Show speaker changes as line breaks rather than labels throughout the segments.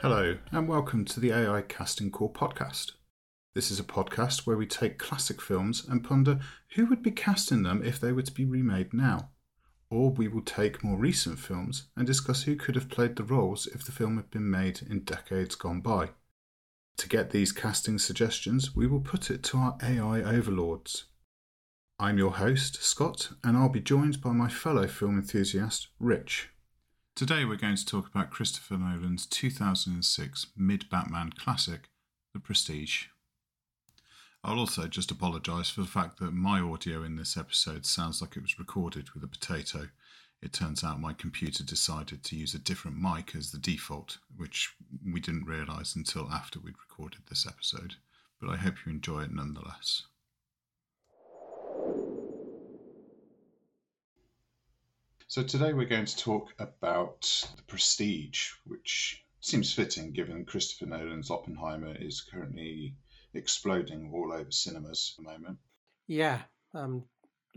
Hello, and welcome to the AI Casting Call podcast. This is a podcast where we take classic films and ponder who would be cast in them if they were to be remade now. Or we will take more recent films and discuss who could have played the roles if the film had been made in decades gone by. To get these casting suggestions, we will put it to our AI overlords. I'm your host, Scott, and I'll be joined by my fellow film enthusiast, Rich. Today we're going to talk about Christopher Nolan's 2006 mid Batman classic, The Prestige. I'll also just apologise for the fact that my audio in this episode sounds like it was recorded with a potato. It turns out my computer decided to use a different mic as the default, which we didn't realise until after we'd recorded this episode. But I hope you enjoy it nonetheless. So today we're going to talk about the prestige, which seems fitting given Christopher Nolan's Oppenheimer is currently exploding all over cinemas at the moment.
Yeah, um,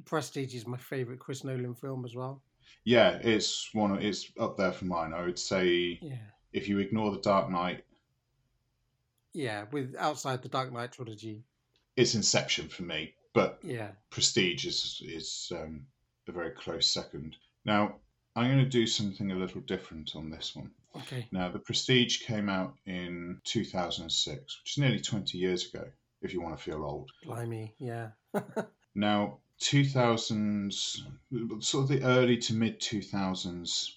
Prestige is my favorite Chris Nolan film as well.
Yeah, it's one. It's up there for mine. I would say
Yeah,
if you ignore the Dark Knight,
yeah, with outside the Dark Knight trilogy.
it's Inception for me. But
Yeah,
Prestige is is um, a very close second. Now I'm going to do something a little different on this one.
okay,
Now, The Prestige came out in 2006, which is nearly 20 years ago, if you want to feel old.
blimey, yeah,
Now, 2000s, sort of the early to mid 2000s,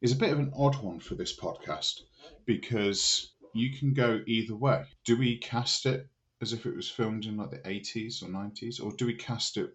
is a bit of an odd one for this podcast because you can go either way. Do we cast it as if it was filmed in like the 80s or 90s, or do we cast it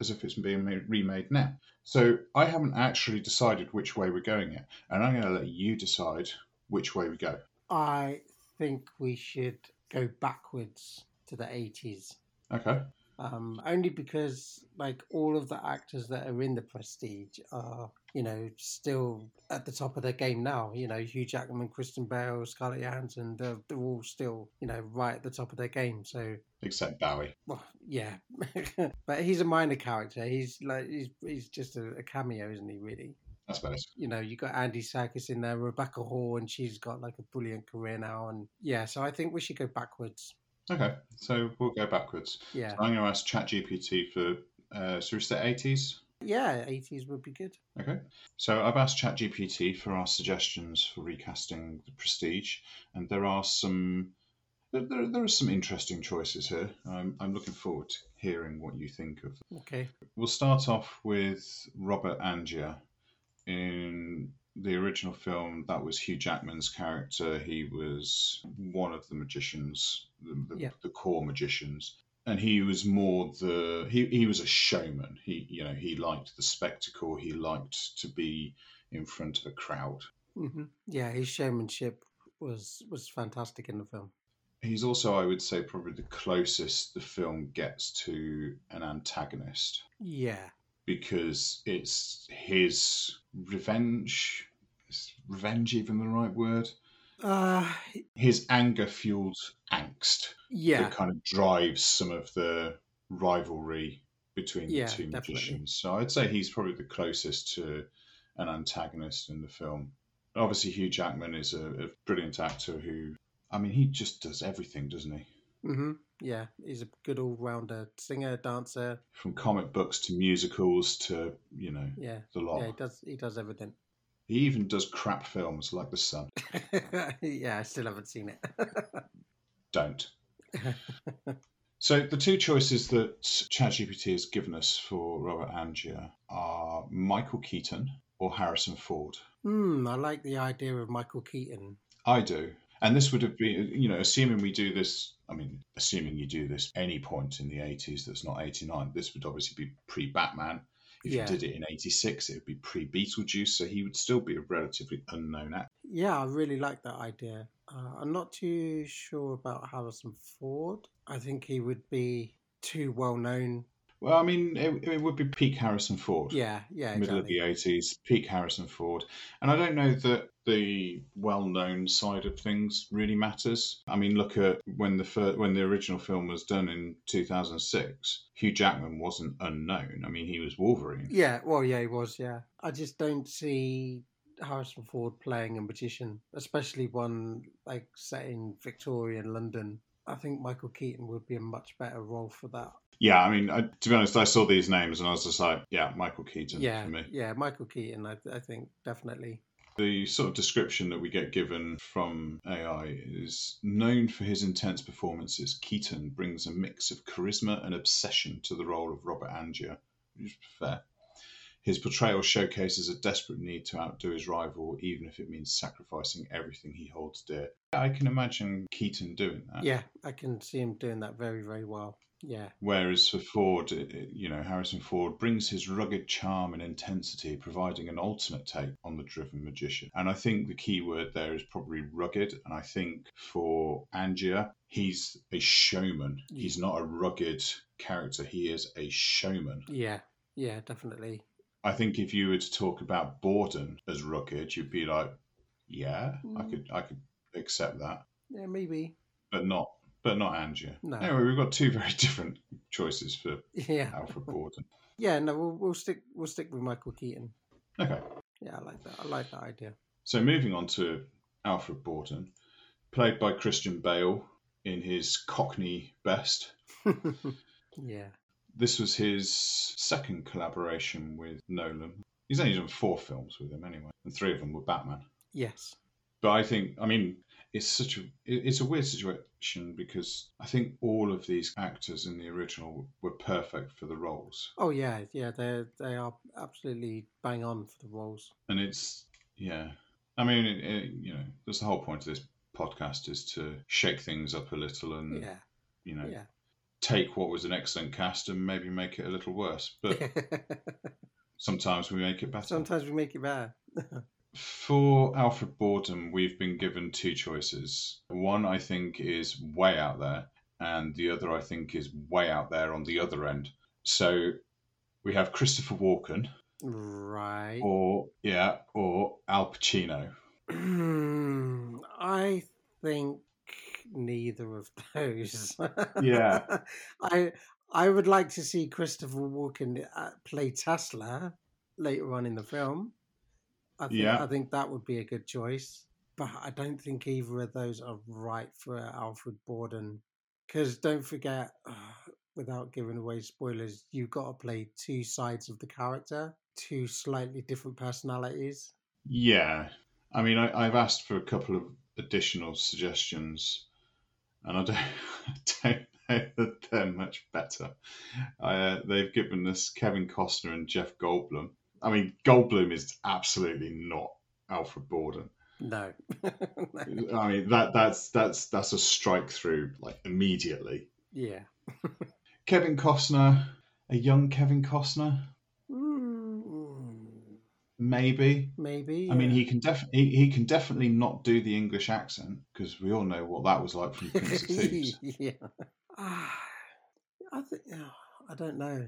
as if it's being ma- remade now? So I haven't actually decided which way we're going yet, and I'm going to let you decide which way we go.
I think we should go backwards to the eighties,
Okay.
um, only because like all of the actors that are in the Prestige are you know still at the top of their game now. You know, Hugh Jackman, Kristen Bell, Scarlett Johansson, they're, they're all still you know right at the top of their game. So
Except Bowie.
Well, yeah, but he's a minor character. He's like he's he's just a, a cameo, isn't he? Really,
I suppose.
you know, you got Andy Serkis in there, Rebecca Hall, and she's got like a brilliant career now. And yeah, so I think we should go backwards.
Okay, so we'll go backwards.
Yeah,
I'm going to ask ChatGPT for, uh, so is the 80s?
yeah, eighties would be good.
Okay. So I've asked ChatGPT for our suggestions for recasting the Prestige, and there are some, there, there, there are some interesting choices here. I'm, I'm looking forward to hearing what you think of.
Okay,
We'll start off with Robert Angier. In the original film, that was Hugh Jackman's character. He was one of the magicians, the, the,
Yeah.
the core magicians. And he was more the he, he was a showman. He you know he liked the spectacle. He liked to be in front of a crowd.
hmm yeah, his showmanship was was fantastic in the film.
He's also, I would say, probably the closest the film gets to an antagonist.
Yeah,
because it's his revenge. Is revenge even the right word?
uh,
His anger fueled angst
yeah,
that kind of drives some of the rivalry between
Yeah,
the two
definitely.
magicians. So I'd say he's probably the closest to an antagonist in the film. Obviously, Hugh Jackman is a, a brilliant actor who, I mean, he just does everything, doesn't he?
hmm yeah. He's a good all rounder singer, dancer.
From comic books to musicals to, you know,
Yeah,
the lot.
yeah, he does he does everything.
He even does crap films like The Sun.
yeah, I still haven't seen it.
don't. so the two choices that ChatGPT has given us for Robert Angier are Michael Keaton or Harrison Ford.
Hmm, I like the idea of Michael Keaton.
I do. And this would have been, you know, assuming we do this, I mean, assuming you do this any point in the 80s that's not 89, this would obviously be pre Batman. If
Yeah.
you did it in 86, it would be pre Beetlejuice, so he would still be a relatively unknown actor.
Yeah, I really like that idea. Uh, I'm not too sure about Harrison Ford. I think he would be too well known.
Well, I mean, it, it would be peak Harrison Ford.
Yeah, yeah,
middle of the
exactly.
80s, peak Harrison Ford. And I don't know that the well-known side of things really matters. I mean, look at when the fir- when the original film was done in 2006, Hugh Jackman wasn't unknown. I mean, he was Wolverine.
Yeah, well, yeah, he was. Yeah, I just don't see Harrison Ford playing a magician, especially one like set in Victorian London. I think Michael Keaton would be a much better role for that.
Yeah, I mean, I, to be honest, I saw these names and I was just like, yeah, Michael Keaton
yeah,
for me.
yeah, Michael Keaton. I, I think definitely.
The sort of description that we get given from AI is known for his intense performances. Keaton brings a mix of charisma and obsession to the role of Robert Angier, which is fair. His portrayal showcases a desperate need to outdo his rival, even if it means sacrificing everything he holds dear. I can imagine Keaton doing that.
Yeah, I can see him doing that very, very well. Yeah,
Whereas for Ford, it- it- you know, Harrison Ford brings his rugged charm and intensity, providing an alternate take on the driven magician. And I think the key word there is probably rugged. And I think for Angier, he's a showman. He's not a rugged character, he is a showman.
yeah, yeah, definitely.
I think if you were to talk about Borden as rugged, you'd be like, yeah, I
Mm.
could, I could accept that,
Yeah, maybe.
but not, but not Angier.
No.
Anyway, we've got two very different choices for
Yeah,
Alfred Borden.
yeah. No, we'll, we'll stick. We'll stick with Michael Keaton.
Okay.
Yeah, I like that. I like that idea.
So moving on to Alfred Borden, played by Christian Bale in his Cockney best.
yeah,
This was his second collaboration with Nolan. He's only done four films with him anyway, and three of them were Batman.
yes,
But I think, I mean, it's such a it- it's a weird situation because I think all of these actors in the original were perfect for the roles,
Oh yeah, yeah, they they are absolutely bang on for the roles.
and it's yeah. I mean, it, it, you know, that's the whole point of this podcast is to shake things up a little and
Yeah,
you know
yeah,
take what was an excellent cast and maybe make it a little worse. But sometimes we make it better.
Sometimes we make it better.
For Alfred Borden, we've been given two choices. One I think is way out there, and the other I think is way out there on the other end. So we have Christopher Walken,
Right.
or yeah, or Al Pacino.
I think neither of those.
Yeah.
I I would like to see Christopher Walken uh, play Tesla later on in the film. I think,
Yeah.
I think that would be a good choice, but I don't think either of those are right for Alfred Borden. Because don't forget, without giving away spoilers, you've got to play two sides of the character, two slightly different personalities.
Yeah, I mean, I, I've asked for a couple of additional suggestions, and I don't, I don't know that they're much better. I, uh, they've given us Kevin Costner and Jeff Goldblum. I mean, Goldblum is absolutely not Alfred Borden.
No. No.
I mean, that that's that's that's a strike through like immediately.
yeah.
Kevin Costner, a young Kevin Costner,
Mm,
maybe.
Maybe.
I mean,
yeah.
he can definitely he, he can definitely not do the English accent because we all know what that was like from Prince of Thieves.
yeah. Ah, I think I don't know.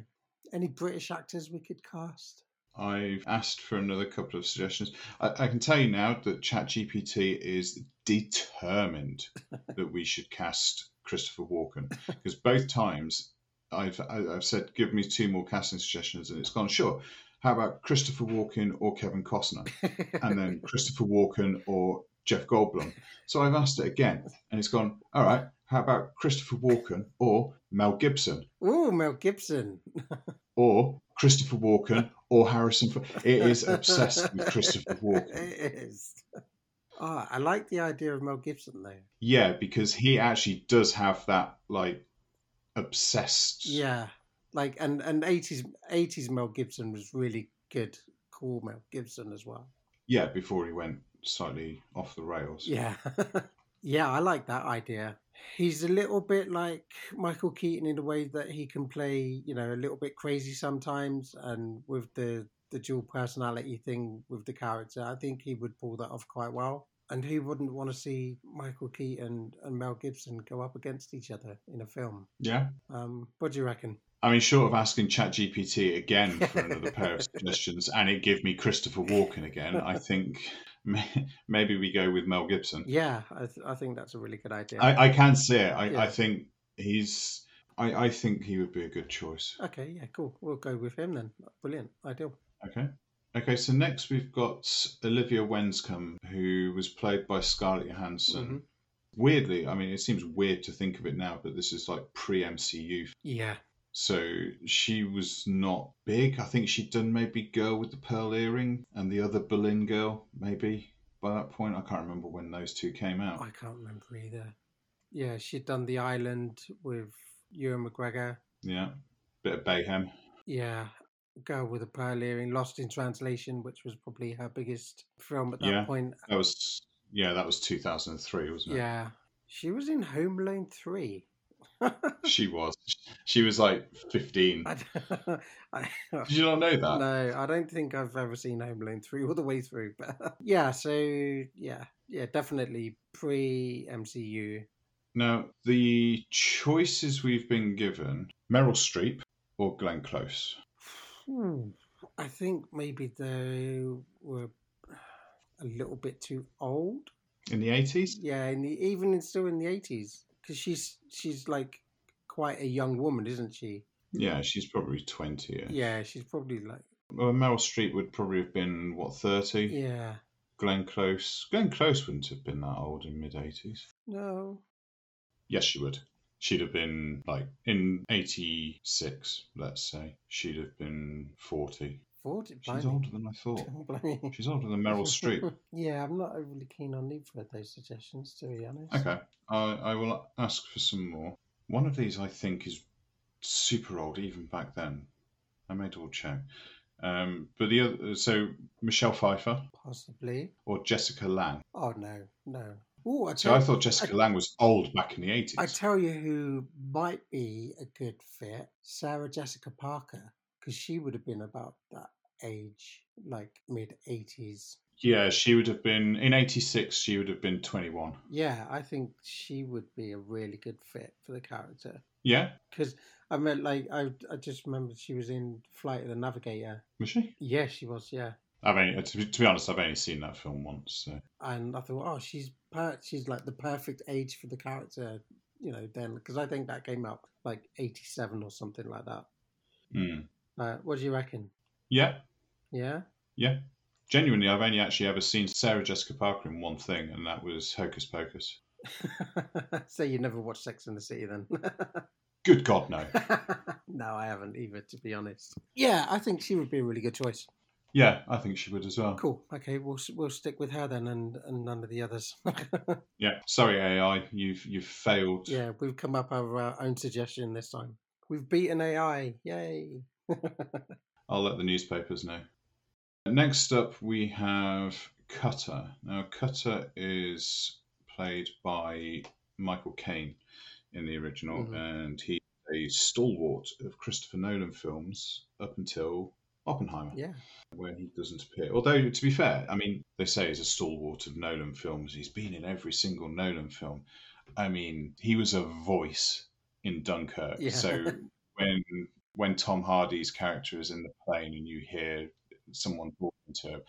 Any British actors we could cast?
I've asked for another couple of suggestions. I, I can tell you now that ChatGPT is determined that we should cast Christopher Walken because both times I've I, I've said give me two more casting suggestions and it's gone sure. How about Christopher Walken or Kevin Costner? and then Christopher Walken or Jeff Goldblum. So I've asked it again, and it's gone. All right, how about Christopher Walken or Mel Gibson
oh, Mel Gibson.
or Christopher Walken or Harrison? Ford? It is obsessed with Christopher Walken.
It is. Ah, I like the idea of Mel Gibson though.
Yeah, because he actually does have that like obsessed.
Yeah, like and and eighties eighties Mel Gibson was really good. Cool Mel Gibson as well.
yeah. Before he went slightly off the rails.
Yeah. yeah, I like that idea. He's a little bit like Michael Keaton in the way that he can play, you know, a little bit crazy sometimes and with the the dual personality thing with the character. I think he would pull that off quite well. And who wouldn't want to see Michael Keaton and Mel Gibson go up against each other in a film?
Yeah.
Um, what do you reckon?
I mean, short of asking ChatGPT again for another pair of suggestions, and it give me Christopher Walken again, I think may- maybe we go with Mel Gibson.
Yeah, I, th- I think that's a really good idea.
I, I can see it. I, I
Yeah.
think he's. I, I think he would be a good choice.
okay, yeah, cool. We'll go with him then. Brilliant, ideal.
Okay. Okay, so next we've got Olivia Wenscombe, who was played by Scarlett Johansson.
Mhm.
Weirdly, I mean, it seems weird to think of it now, but this is like pre MCU.
Yeah.
So she was not big. I think she'd done maybe Girl with the Pearl Earring and the other Berlin Girl, maybe by that point. I can't remember when those two came out.
I can't remember either. Yeah, she'd done The Island with Ewan McGregor.
Yeah, bit of Bayhem.
Yeah, Girl with a Pearl Earring, Lost in Translation, which was probably her biggest film at that
Yeah.
point.
That was yeah, that was 2003, wasn't it?
Yeah, she was in Home Alone three.
She was. She was like 15.
I, don't- I,
Did you not know that?
no, I don't think I've ever seen Home Alone three all the way through. But yeah, so yeah, yeah, definitely pre MCU.
Now, the choices we've been given Meryl Streep or Glenn Close.
Hmm, I think maybe they were a little bit too old.
In the 80s?
Yeah, and the, even in, still in the eighties, because she's she's like quite a young woman, isn't she?
Yeah, she's probably 20.
Yeah, she's probably like
Well, Meryl Streep would probably have been, what, 30?
yeah.
Glenn Close. Glenn Close wouldn't have been that old in mid 80s.
No,
Yes, she would. She'd have been like in 86, let's say. She'd have been 40.
forty.
She's
blimey.
older than I thought.
Blimey.
She's older than Meryl Streep.
yeah, I'm not overly keen on either of those suggestions, to be honest.
Okay, I, I will ask for some more. One of these I think is super old, even back then. I may double check. Um, but the other, so Michelle Pfeiffer
Possibly.
or Jessica Lang.
Oh no, no. Oh, I
So I
tell,
thought Jessica Lang was old back in the eighties.
I tell you who might be a good fit: Sarah Jessica Parker, because she would have been about that age, like mid '80s.
yeah, she would have been in eighty six. She would have been twenty one.
Yeah, I think she would be a really good fit for the character.
Yeah,
Because I meant, like, I I just remembered she was in Flight of the Navigator.
was she?
Yeah, she was. Yeah,
I've only, to, be, to be honest, I've only seen that film once. So.
and I thought, oh, she's per- she's like the perfect age for the character. You know, then because I think that came out like eighty seven or something like that.
Mm.
Uh, what do you reckon?
Yeah,
Yeah,
yeah. Genuinely, I've only actually ever seen Sarah Jessica Parker in one thing, and that was Hocus Pocus.
so you never watched Sex in the City then?
Good God, no.
no, I haven't either, to be honest. Yeah, I think she would be a really good choice.
Yeah, I think she would as well.
Cool. Okay, we'll we'll stick with her then, and, and none of the others.
Yeah. Sorry, AI, you've you've failed.
yeah, we've come up with our own suggestion this time. We've beaten AI. Yay!
I'll let the newspapers know. Next up, we have Cutter. Now, Cutter is played by Michael Caine in the original,
Mhm.
and he's a stalwart of Christopher Nolan films up until Oppenheimer,
Yeah,
where he doesn't appear. Although, to be fair, I mean, they say he's a stalwart of Nolan films. He's been in every single Nolan film. I mean, he was a voice in Dunkirk.
Yeah.
So when when Tom Hardy's character is in the plane and you hear someone talking to him,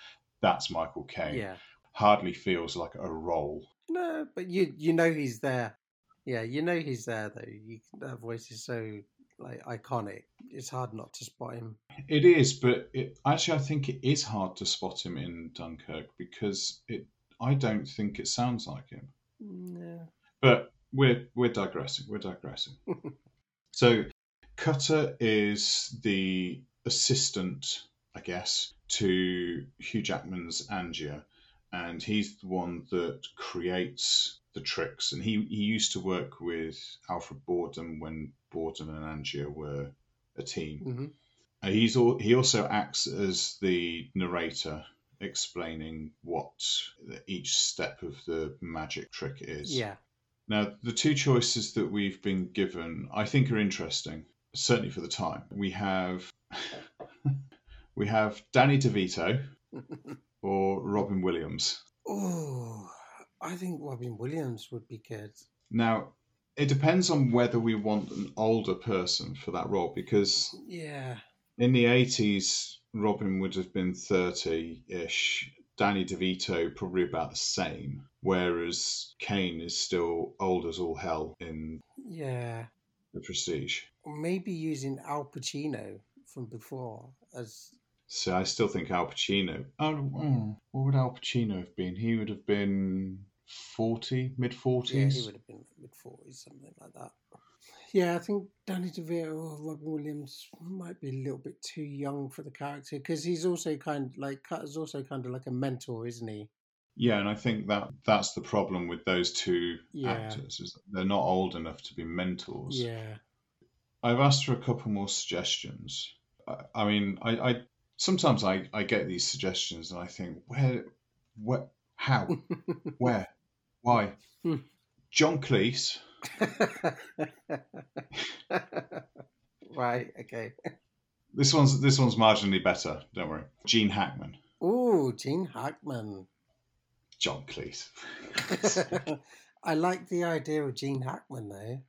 that's Michael Caine.
yeah.
Hardly feels like a role.
No, but you you know he's there. Yeah, you know he's there though. You, that voice is so like iconic. It's hard not to spot him.
It is, but it, actually, I think it is hard to spot him in Dunkirk because it. I don't think it sounds like him.
Yeah.
But we're we're digressing. We're digressing. so Cutter is the assistant, I guess, to Hugh Jackman's Angier, and he's the one that creates the tricks. And he, he used to work with Alfred Borden when Borden and Angier were a team.
hmm
And he's all, he also acts as the narrator, explaining what each step of the magic trick is.
Yeah.
Now, the two choices that we've been given, I think, are interesting, certainly for the time. We have we have Danny DeVito or Robin Williams.
Oh, I think Robin Williams would be good.
Now, it depends on whether we want an older person for that role, because
Yeah.
in the eighties, Robin would have been thirty-ish. Danny DeVito probably about the same, whereas Kane is still old as all hell in
Yeah.
The Prestige.
Or maybe using Al Pacino from before as
So I still think Al Pacino. Oh, mm, what would Al Pacino have been? He would have been forty, mid
Yeah,
forties.
he would have been mid forties, something like that. Yeah, I think Danny DeVito or Robin Williams might be a little bit too young for the character because he's also kind of like Cutter's also kind of like a mentor, isn't he?
yeah, and I think that that's the problem with those two
Yeah.
actors is that they're not old enough to be mentors.
Yeah,
I've asked for a couple more suggestions. I, I mean, I, I sometimes I, I get these suggestions and I think where, where, how, where, why?
Hmm.
John Cleese,
right. Okay.
This one's this one's marginally better. Don't worry. Gene Hackman,
Oh, Gene Hackman.
John Cleese.
I like the idea of Gene Hackman though.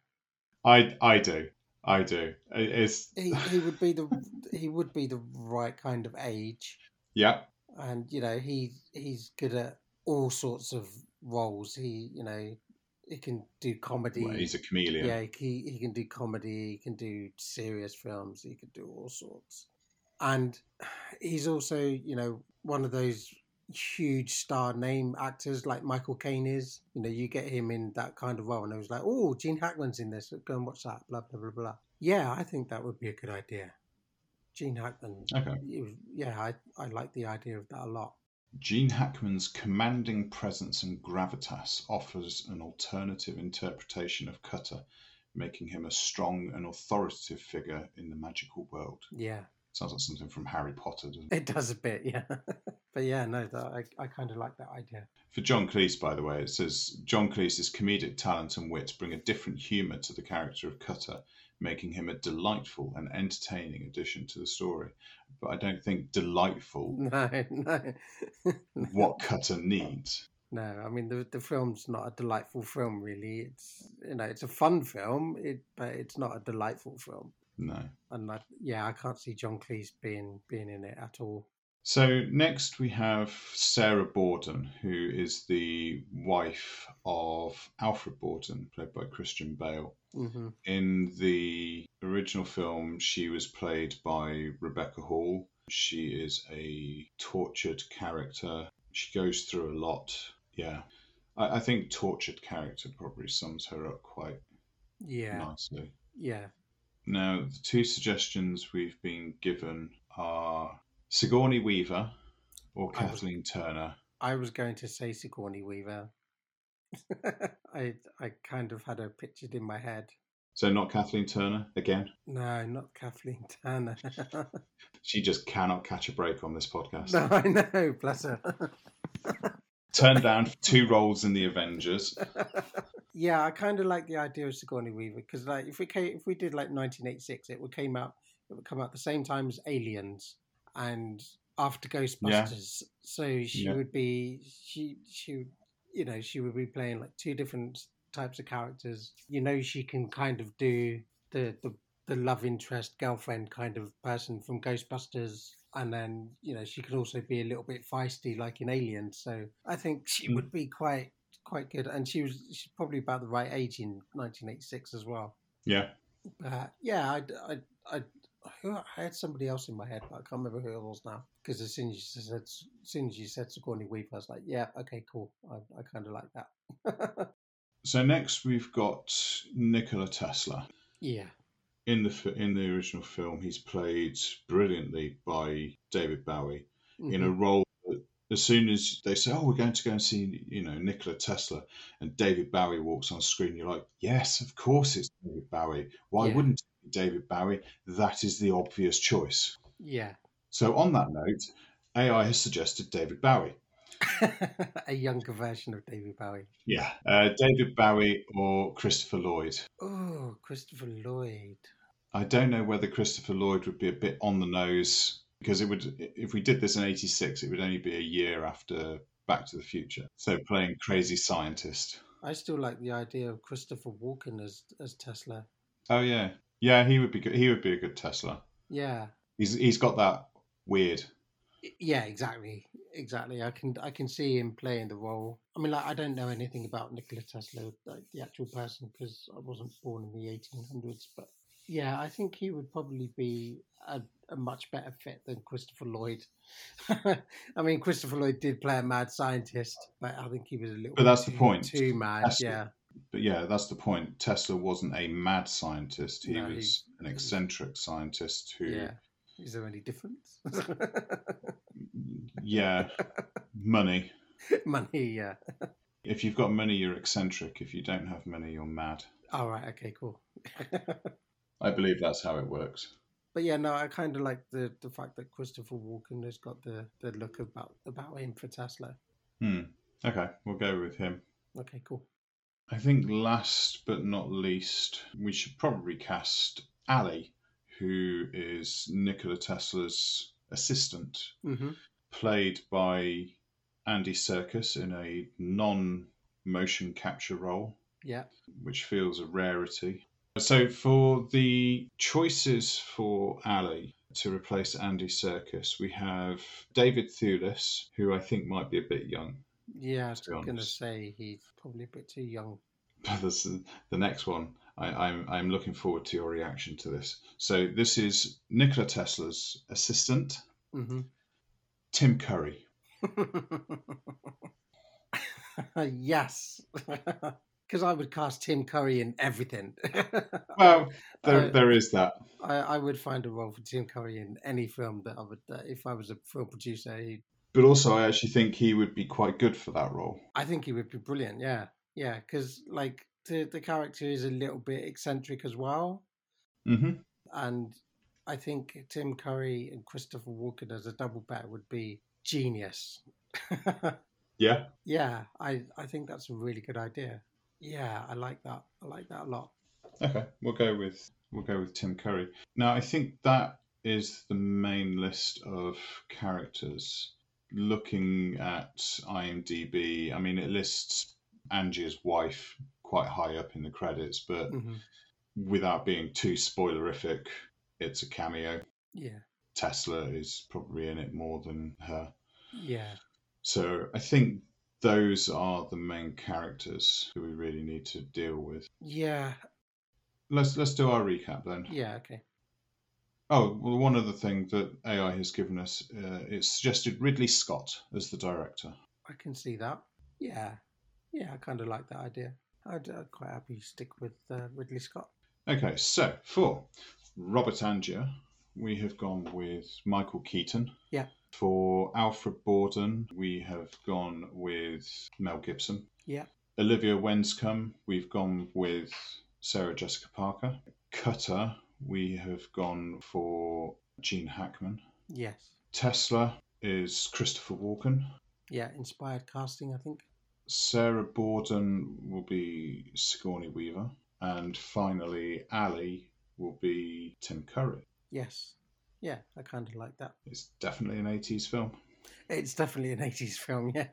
I I do, I do. It- It's
He he would be the he would be the right kind of age.
yeah,
and you know he he's good at all sorts of roles. He you know he can do comedy.
well, he's a chameleon.
yeah, he he can do comedy. He can do serious films. He can do all sorts, and he's also you know one of those huge star name actors like Michael Caine is. You know, you get him in that kind of role, and it was like, oh, Gene Hackman's in this. Go and watch that. Blah blah blah blah. Yeah, I think that would be a good idea. Gene Hackman.
Okay.
It was- yeah, I, I like the idea of that a lot.
Gene Hackman's commanding presence and gravitas offers an alternative interpretation of Cutter, making him a strong and authoritative figure in the magical world.
Yeah,
Sounds like something from Harry Potter, doesn't it?
it does a bit. Yeah, but yeah, no, that, I I kind of like that idea.
For John Cleese, by the way, it says John Cleese's comedic talent and wit bring a different humour to the character of Cutter, making him a delightful and entertaining addition to the story. But I don't think delightful
No, no,
what Cutter needs.
no. I mean, the the film's not a delightful film, really. It's you know, it's a fun film, it but it's not a delightful film.
No.
And I, yeah, I can't see John Cleese being being in it at all.
So next we have Sarah Borden, who is the wife of Alfred Borden, played by Christian Bale.
hmm
In the original film, she was played by Rebecca Hall. She is a tortured character. She goes through a lot. Yeah. I, I think tortured character probably sums her up quite
Yeah,
nicely.
yeah.
Now, the two suggestions we've been given are Sigourney Weaver or
I was-
Kathleen Turner.
I was going to say Sigourney Weaver. I I kind of had her pictured in my head.
So, not Kathleen Turner again.
No, not Kathleen Turner.
She just cannot catch a break on this podcast.
no, I know, bless her.
Turned down for two roles in The Avengers.
yeah, I kind of like the idea of Sigourney Weaver because, like, if we came, if we did like 1986, it would came out, it would come out the same time as Aliens and after Ghostbusters. So she
Yeah.
would be she she you know she would be playing like two different types of characters. You know, she can kind of do the the the love interest girlfriend kind of person from Ghostbusters. And then, you know, she could also be a little bit feisty like in Aliens. So I think she
Mm.
would be quite quite good. And she was she's probably about the right age in 1986 as well.
Yeah.
But yeah, I, I, I, who- I had somebody else in my head, but I can't remember who it was now. Because as soon as you said, as soon as you said Sigourney Weaver, I was like, yeah, okay, cool. I, I kind of like that.
So next we've got Nikola Tesla.
yeah.
In the f- in the original film, he's played brilliantly by David Bowie in a
Mhm.
role that as soon as they say, "Oh, we're going to go and see," you know, Nikola Tesla, and David Bowie walks on screen, you're like, "Yes, of course it's David Bowie. Why
Yeah.
wouldn't it be David Bowie? That is the obvious choice."
yeah.
So on that note, AI has suggested David Bowie.
a younger version of David Bowie.
Yeah, uh, David Bowie or Christopher Lloyd.
Oh, Christopher Lloyd.
I don't know whether Christopher Lloyd would be a bit on the nose because it would if we did this in 86 it would only be a year after Back to the Future. So playing crazy scientist.
I still like the idea of Christopher Walken as as Tesla.
Oh yeah. Yeah, he would be good. He would be a good Tesla.
Yeah.
He's he's got that weird.
Y- Yeah, exactly. Exactly. I can I can see him playing the role. I mean, like I don't know anything about Nikola Tesla, like the actual person, because I wasn't born in the eighteen hundreds. But Yeah, I think he would probably be a, a much better fit than Christopher Lloyd. I mean, Christopher Lloyd did play a mad scientist, but I think he was a little.
But that's the
bit too-
point.
Too mad,
That's the-
yeah.
But yeah, that's the point. Tesla wasn't a mad scientist. He
No, he-
was an eccentric scientist who,
Yeah. Is there any difference?
yeah, money.
Money, yeah.
If you've got money, you're eccentric. If you don't have money, you're mad.
All right, okay, cool.
I believe that's how it works.
But yeah, no, I kind of like the, the fact that Christopher Walken has got the, the look about about him for Tesla.
Hmm. Okay, we'll go with him.
Okay, cool.
I think last but not least, we should probably cast Ali, who is Nikola Tesla's assistant,
hmm
played by Andy Serkis in a non motion capture role,
Yeah.
which feels a rarity. So, for the choices for Ali to replace Andy Serkis, we have David Thewlis, who I think might be a bit young.
Yeah, I was
To be
going to
honest.
say he's probably a bit too young.
But this is- the next one, I, I'm, I'm looking forward to your reaction to this. So, this is Nikola Tesla's assistant,
hmm
Tim Curry.
yes. Because I would cast Tim Curry in everything.
Well, there,
Uh,
there is that.
I, I would find a role for Tim Curry in any film that I would, uh, if I was a film producer, he,
But also, I actually think he would be quite good for that role.
I think he would be brilliant. Yeah. Yeah. Because, like, the, the character is a little bit eccentric as well.
hmm
And I think Tim Curry and Christopher Walken as a double pair would be genius.
Yeah.
yeah. I, I think that's a really good idea. Yeah. I like that. I like that a lot.
Okay. We'll go with we'll go with Tim Curry. Now, I think that is the main list of characters. Looking at IMDb, I mean, it lists Angie's wife quite high up in the credits, but
hmm
without being too spoilerific, it's a cameo.
Yeah.
Tesla is probably in it more than her.
Yeah.
So I think those are the main characters who we really need to deal with.
Yeah.
Let's let's do our recap then.
Yeah. Okay.
Oh, well, one other thing that AI has given us, uh, it suggested Ridley Scott as the director.
I can see that. Yeah. Yeah. I kind of like that idea. I'd, I'd quite happy stick with uh, Ridley Scott.
Okay, so for Robert Angier, we have gone with Michael Keaton.
Yeah.
For Alfred Borden, we have gone with Mel Gibson.
Yeah.
Olivia Wenscombe, we've gone with Sarah Jessica Parker. Cutter, we have gone for Gene Hackman.
Yes.
Tesla is Christopher Walken.
Yeah. Inspired casting, I think.
Sarah Borden will be Sigourney Weaver. And finally, Ali will be Tim Curry.
Yes. Yeah. I kind of like that.
It's definitely an 80s film.
It's definitely an 80s film. Yeah.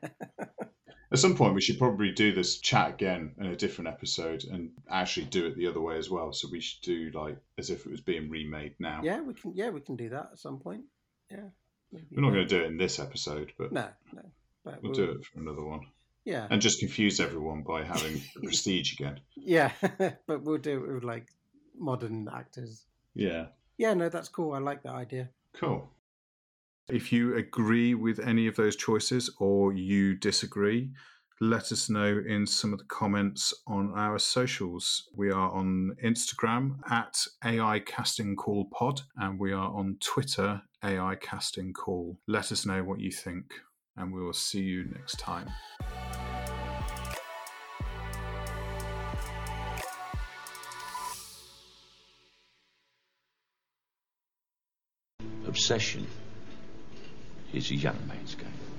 At some point, we should probably do this chat again in a different episode and actually do it the other way as well. So we should do like as if it was being remade now.
yeah. We can, yeah. We can do that at some point. Yeah. Maybe,
We're not going to do it in this episode, but
No. No. But
we'll do it for another one.
Yeah.
And just confuse everyone by having the prestige again.
Yeah. but we'll do it with like modern actors.
Yeah.
Yeah. No, that's cool. I like that idea.
Cool. If you agree with any of those choices or you disagree, let us know in some of the comments on our socials. We are on Instagram at AI Casting Call Pod, and we are on Twitter, AI Casting Call. Let us know what you think, and we will see you next time.
Obsession is a young man's game.